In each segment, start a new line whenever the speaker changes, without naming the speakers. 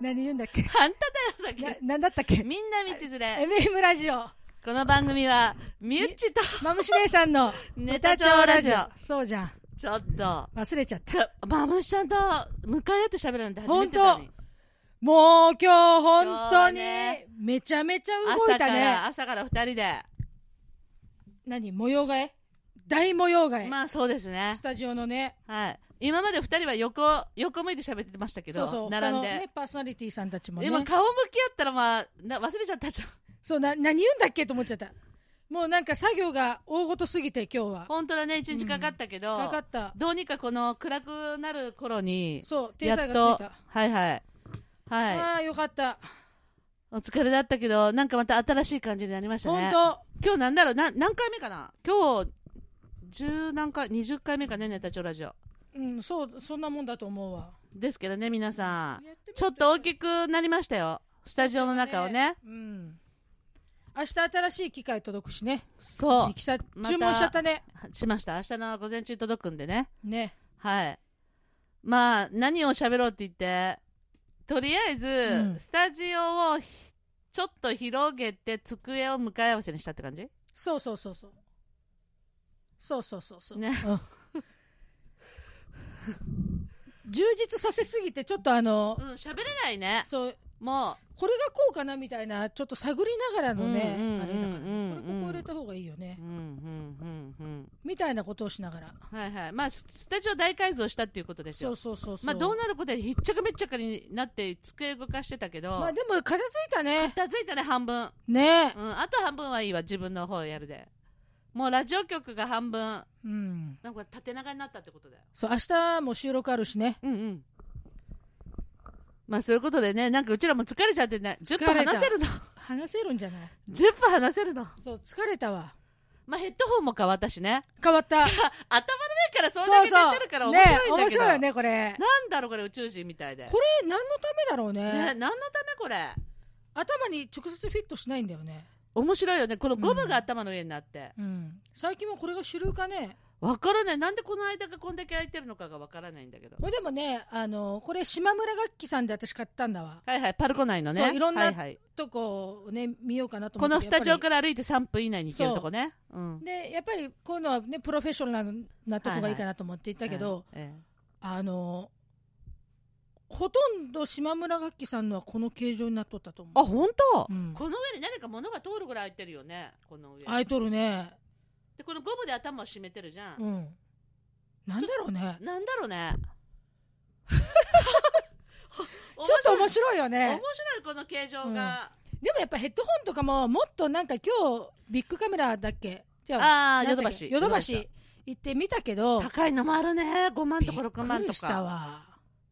何言うんだっ け
あんただよ、さ
な
っ
何だったっ
き。
け
みんな道連れ。
?MM ラジオ。
この番組は、ミュッチと
マムシ姉さんの
ネタ帳ラジオ。
そうじゃん。
ちょっと、
忘れちゃった。
ちょマムシちゃんと向かい合って喋るなんて初めてだね。
もう今日本当に
今日ね
めちゃめちゃ動
朝
い
か
た
ら、
ね。
朝から二人で。
何模様替え大模様替え。
まあそうですね
ス。タジオのね、
はい。今まで二人は横、横向いて喋ってましたけ
そうそ
ど、
う、他
並
の
んで
ね。、パーソナリティさんたちもね。
今顔向き合ったらまあ、な忘れちゃったじゃん。
そうな、何言うんだっけと思っちゃった。もうなんか作業が大ごとすぎて今日は。
本当だね、一日かかったけど、
かかった。
どうにかこの暗くなる頃に、
そう、体
や
裁
っ
が
と
ついた。、
はいはい。はい。
ああ、よかった。
お疲れだったけど、なんかまた新しい感じになりました
本
ね。
当
今日なんだろう、な何回目かな今日、十何回、二十回目かね、ネタ帳ラジオ。
うん、そう、そんなもんだと思うわ。
ですけどね、皆さん。
やてみ
ちょっと大
い。
きくなりましたよ。スタジオの中をね。
うん。明日新しい機械届くしね。
そ
ミキサー
また
注文しちゃったね。
う。しました。明日の午前中届くんでね。
ね。
はい。まあ、何を喋ろうって言って、とりあえず、
うん
スタジオをひちょっと広げて、机を向かい合わせにしたって感じ
そうそうそうそう。そうそうそうそう。
ね
うん充実させすぎて、ちょっとあの
う、ん、喋れないね。
そう、
もう。
これがこうかなみたいな、ちょっと探りながらのね、
うんうんうんうん
あれだからね、これここ入れた方がいいよね
う、んうんうん
みたいなことをしながら。
うんはいはいまあススタジオ大改造したっていうことです
そ
よ
うそうそうそう。
まあどうなることでひっちゃかめっちゃかになって机動かしてたけど、
まあでも、片付いたね。
片付いたね半分、
ね。
うん、あと半分はいいわ自分の方やるでもうラジオ局が半分
うん。
なんか縦長になったってことだよ
そう、明日も収録あるしね。
うんうんまあそういうことでねなんかうちらも疲れちゃってね10分
疲れた
話せるの
話せるんじゃない
10分話せるの
そう、疲れたわ。
まあヘッドホンも変わったしね
変わった。
あ 頭の上からそ
そ
んだ
う
け出
そ
てるから
う。
面白いんだけど、
ね、面白いよね、これ。
なんだろうこれ宇宙人みたいで
これ、何のためだろう
ね、
ね。
何のためこれ
頭に直接フィットしないんだよね。
面白いよねこのゴム
うん
が頭の上になって
うん。最近もこれが主流かね。
わからないなんでこの間がこんだけ空いてるのかがわからないんだけど
これでもね、あの、これ、島村楽器さんで私買ったんだわ。
はいはいパルコ内のね
そういろんな
はいはい、
とこをね、見ようかなと思
こ
って。
のスタジ
やっ
オ
ぱ
から歩いて3分以内に行けるとこねうん
りで、やっぱり、こういうのはね、プロフェッショナルなとこがいいかなと思って行ったけど、
ええ
あの、ほとんど島村楽器さんのはこの形状になっとったと思う。
あ本当、
うん
この上に何か物が通るぐらい空いてるよねこの上
アイドルね。
でこのゴムで頭を締めてるじゃん、
うん。なんだろうね。
なんだろう ね
ちょっと面
白い
白いよね
面。白いこの形状が、
でもやっぱヘッドホンとかももっとなんか今日ビッグカメラだっけじゃあ、
ああ
なん
ヨ
だ
ドバ
っけ
シ
ヨドバシ行ってみたけど、
高いのもあるね5万
び
とか6
っく
万と
り
か
したわ。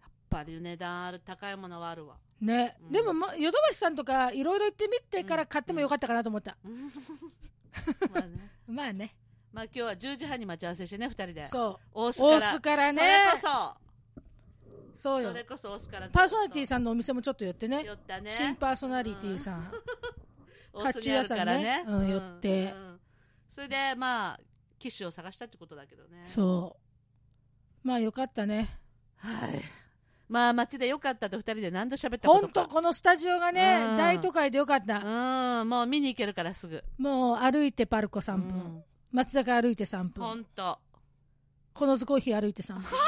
やっぱり値段ある高いものはあ るわ
ね、
うん
でも、ま、ヨドバシさんとかいろいろ行ってみてから買ってもよかったかなと思った。
まあね
まあね。
まあ今日は10時半に待ち合わせしてね2人で
そ
大須
う。
から
大須からね。
それこ
そ
そうそ
よ
れ。こそ大須から
パーソナリティ
ん
さんのお店もちょっと寄ってね。
寄ったね
新パーソナリティさん。
大須にあるからね
甲冑屋さんねうん寄って
んそれでまあ機種を探したってことだけどね
そう。まあよかったね。
はいまあ街でよかったと2人で何度喋ったこ
ほ
と
ん
か
とこのスタジオがね
うん、
大都会でよかった。
うんもう見に行けるからすぐ
もう歩いてパルコ3
う
分。
ん
松坂歩いて3
ほ
分。
んと
このずコーヒー歩いて3分。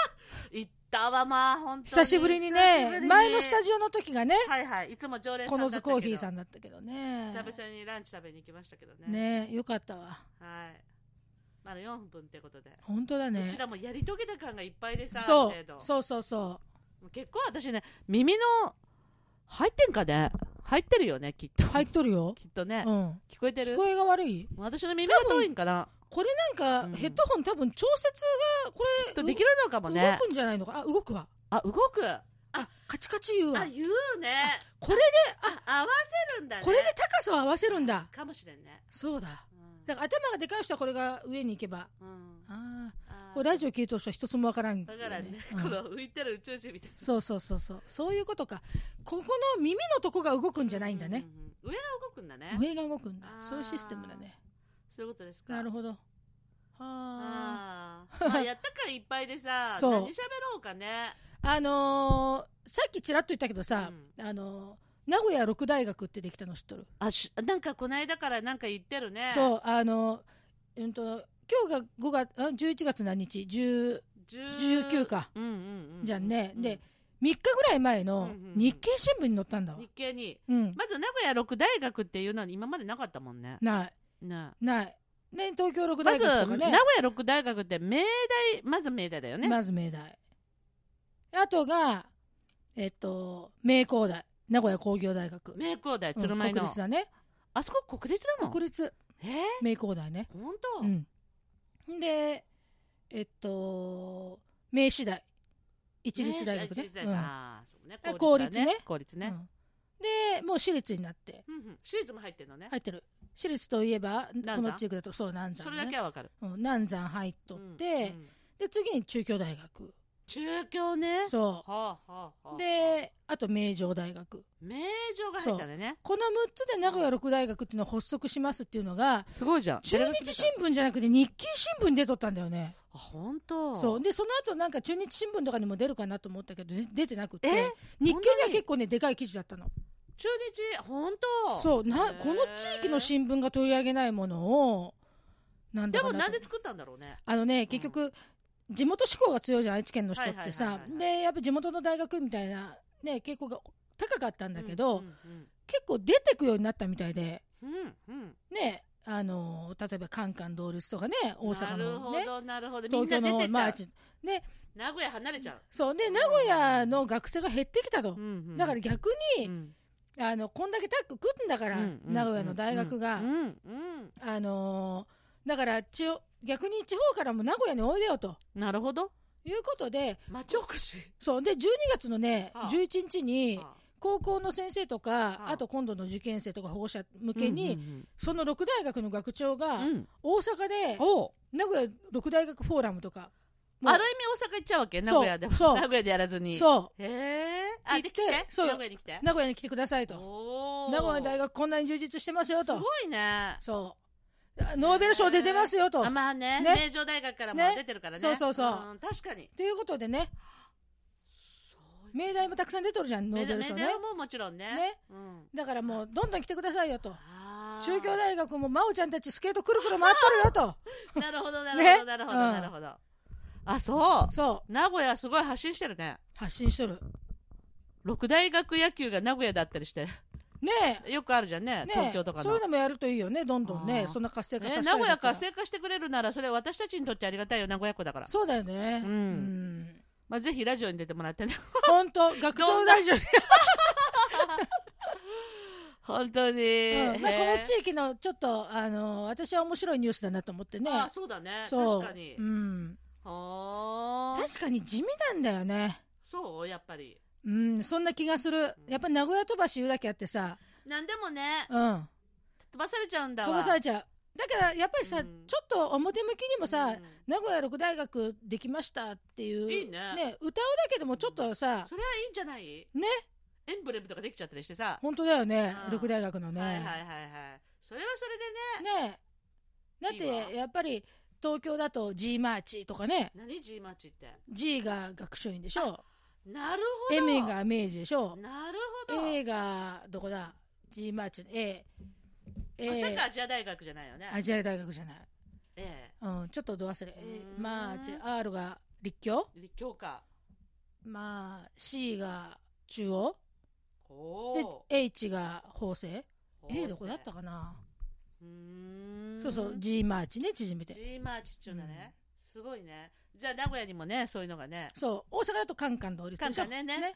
行ったわまあ本当に
久しぶりに
久しぶ
ね、
りに
前のスタジオの時がね、
はいはいいつも常連さ
こ
んだ
の
った
ず
けど
コーヒーさんだったけどね。
久々にランチ食べに行きましたけどね
ねよかったわ。
はいまだ4分ってことで、
本当だ
うち
ね。
らもやり遂げた感がいっぱいでさ
そ
ある程
う、
度
そうそうそ
もう結構私ね耳の入ってんかね入ってるよねきっと
う。入っとるよ。
きっと
う
ね、
ん。
聞こえて
聞
る
こえが悪い
私の耳が遠いんかな
これなんか、
うん
ヘッドホン多分調節が、こ
き
れ、
っとできるのかもね
動くんじゃないのか。あ、動くわ。
あ動くあ
あ、カチカチ言うわ。
言うね
これで、
あ合わせるんだね
これで高さを合わせるんだ。
かもしれんね
そうだ。
うん
だから頭がでかい人はこれが上に行けば。
うん
ああ。
あー
これラジオ聞いとる人は一つもわからん、
だからね、
うん
この浮いてる宇宙人みたいな
そうそうそうそう。そういうことか。ここの耳のとこが動くんじゃないんだね。
うううん上が動くんだね
上が動くんだ
あ。ー
そういうシステムだね。
そういうことですか
なるほど。はあ。
あーまあやったかいっぱいでさ
そう
何喋ろうかね
ああのーさっきちらっと言ったけどさ、あのー名古屋六大学ってできたの知っとる、
あしなんかこの間からなんか言ってるね
そうあのーうんと今日が5月あ11月何日10
10
19か
うんうん、うん、
じゃんね、
うん
で3日ぐらい前
うん
の
うんうん
日経新聞に載ったんだわ、
日経に
うん、
まず名古屋六大学っていうのは今までなかったもんね
ない
ね
ないね東京六
ま
大
ず、
学とか
名
ね
古屋六大学って明大まず明大だよね、
まず明大あとがえっと名工大名古屋工業大学、
名工大
うん
鶴舞の、
国立だね
あそこ国立なの
国立
え
名工大ね
ー、本当、
うんでえっと明師大一律大学
明
ね
治大
う
学
ん
あーそうね
あ
公立だね公立
う
ね、
んでもう私立になって
うんうん、私立も入ってるのね、
入ってる私立といえば
山
この地域だとそう南
そ
山、
れ
ね、
だけはわかる
うん南山入っとって、
うんうん
で次に中京大学
中京ね
そ
はあはあはあ
うであと名城大学
名城が入ったんだね
この6つで名古屋六大学っていうのを発足しますっていうのが
すごいじゃん
中日新聞じゃなくて日経新聞に出とったんだよね
あ本当
そうでその後なんか中日新聞とかにも出るかなと思ったけどで出てなくて
え
日経に
そんな
は
に
結構ねでかい記事だったの
中日本当
そうな
へー
この地域の新聞が取り上げないものをなんだ
で
か
も
と
なんで作ったんだろうね
あのね結局、地元志向が強いじゃん愛知県の人って
はい
さ
はいはいはいは
でやっぱ地元の大学みたいなね傾向が高かったんだけど、
うんうん
結構出てくようになったみたいで
うんうん
ねあの例えばカンカン同率とかね大阪
なる
の
ほ
ね
どなるほどみん
東
な
京の
出てっち
ま
ゃ
あ
う
ち
名古屋離れちゃう
そうで名古屋の学生が減ってきたと
う、んうん
だから逆に、
うん
あのこんだけタッグ組んだから、
うんうん
名古屋の大学が、
うんうん
あのーだから地方逆に地方からも名古屋においでよと
なるほど
いうことで
町おこし
そうで12月のね
ああ
11日に
あ
高校の先生と
あ
か
あ
あと今度の受験生とか保護者向けに、
うん
その六大学の学長
うん
が
うんうん
大阪で
おう
名古屋六大学フォーラムとかもう
ある意味大阪行っちゃうわけ
そう
名古屋でも
そう
名古屋でやらずに
そ
へえあ
行って
で来て
そう
名古屋に来て
う名古屋に来てくださいと
おー
名古屋の大学こんなに充実してますよ
す
と
ごいね
そうあノーベル賞出てますよと
あまあね
ね
名城大学からも
ね
出てるからね
そうそうそうん
確かに
ということでね
そういう
明大もたくさん出とるじゃんノ
メ
ーベ
ダ
ル
メ
賞
ダ
ね
ルももちろんね
ね
うん
だからもうどんどん来てくださいよと
あー
中京大学も真央ちゃんたちスケートくるくる回っとるよ
なるほどなるほ
ね
どなるほ
う
ど
ん
なるほどあそう
とそう
名古屋すごい発信してるね
発信しとる
六大学野球が名古屋だったりして
ね
よくあるじゃん
え
ね
ねえ
東京とか
そう
の
いうのもやるといいよねどんどんね
あー
そんな活性化
ね
させ
名
たいん
古
だ
屋
ったら
活性化してくれるならそれ私たちにとってありがたいよ名古屋子だから、
そうだよね
うん
うん
まあ、ぜひラジオに出ても らってね
本当学長大臣
本当に、
うんまあ、
へ
こ
え
の地域のちょっと、あの私は面白いニュースだなと思ってね。
あそうだね
そう
確かに、
うん、
はあ
確かに地味なんだよね。
そうやっぱり
うん、そんな気がする。やっぱ名古屋飛ばし言うだけあってさ、
なんでもね
うん、
飛ばされちゃうんだわ
飛ばされちゃう。だからやっぱりさ、
うん
ちょっと表向きにもさ、
うん
名古屋六大学できましたっていう
いいね
歌うだけでもちょっとさ、
それはいいんじゃない
ね
エンブレムとかできちゃったりしてさ、
本当だよね、
うん
六大学のね。
はいはいはいはいそれはそれでね
ねだっ
いいわ
てやっぱり東京だと G マーチとかね、
何 G マッチって
G が学習院でしょ。
なるほど
M が明治でしょ
なるほど、
A がどこだ G マーチの A,
まさ
A
かアジア大学じゃないよね
アジア大学じゃない、
え
うん、ちょっとど忘れ、A
うーん
マーチ R が立教、
え立教か
まあ、C が中央
お
で
お
H が法政 A どこだったかな
うーん
そうそう G マーチね縮めて
G マーチっちゅうのね、すごいねじゃあ名古屋にもねそういうのがね
そう大阪だとカンカン同率
簡
でしょ
単ねねね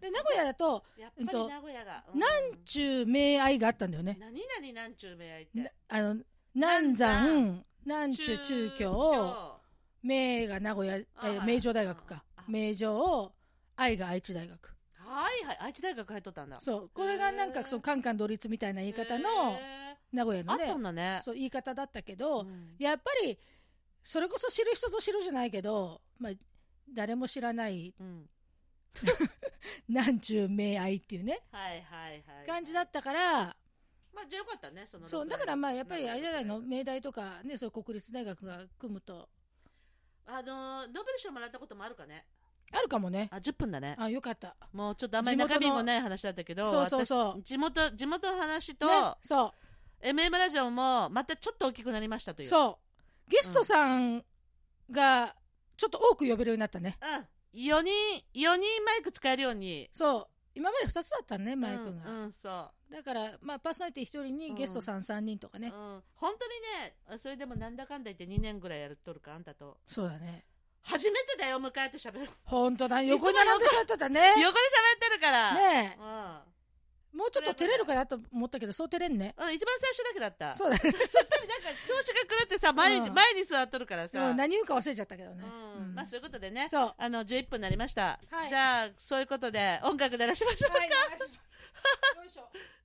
で名古屋だと
やっぱ
うん
り
と
名古屋が、う
なん中明愛があったんだよね
何々なんちゅう名愛っ
な
て
あの南山南中
中
中京名が名古屋、え
あはい
ー名城大学か
あ。
名城を、愛が愛知大学。
はいはい愛知大学入っとったんだ
そう。これがなん
へ
か
ー
そのカンカン同率みたいな言い方の
へ
名古屋
ー
の
あっ
ね
たん、だね
そう言い方だったけど、
ん
やっぱり、それこそ知る人ぞ知るじゃないけど、まあ、誰も知らない、
うん
なんちゅう名愛っていうね、
はいはいはい
感じだったから、
まあじゃあよかったねその
そう、
六
だ
大
からまあやっぱりあれじゃないの、
六
明大とかね、そういう国立大学が組むと、
大あのーノーベル賞もらったこともあるかね
あるかもね
あ10分だね
あよかった
もうちょっとあんまり
地元の
中身もない話だったけど
そうそうそう
私地元地元の話と、
ねそ
MM ラジオもまたちょっと大きくなりましたと
う
いう
そうゲストさんがちょっと多く呼べるようになったね
うん、4人四人マイク使えるように
そう今まで2つだったねマイクが、
うん、うん、そう
だからまあパーソナリティ1人にゲストさん3人とかね、
うん、本当にねあそれでもなんだかんだ言って2年ぐらいやっとるかあんたと
そうだね
初めてだよ迎えて喋る
本当だ横に並んでしまってたね
横で喋ってるから、
ね
う
えもうちょっと照れるかなと思ったけどそう照れんね
んうん、一番最初だけだった
そうだね
なんか調子が狂ってさ前に,、
うん
前に座っとるからさ、
う
うんん
何言うか忘れちゃったけどね、うん
まあそういうことでね
そう
あの11分になりました、
はい
じゃあそういうことで音楽鳴らしましょう
はいお願いしますよいしょ